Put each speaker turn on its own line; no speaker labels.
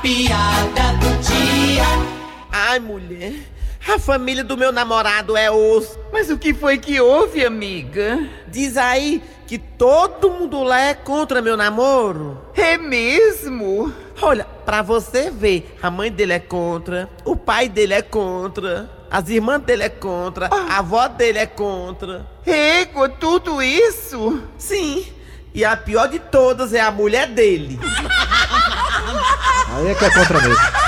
piada do dia.
Ai, mulher, a família do meu namorado é osso.
Mas o que foi que houve, amiga?
Diz aí que todo mundo lá é contra meu namoro.
É mesmo?
Olha, pra você ver, a mãe dele é contra, o pai dele é contra, as irmãs dele é contra, a avó dele é contra.
Ego, tudo isso?
Sim, e a pior de todas é a mulher dele.
Aí é que é contra mesmo.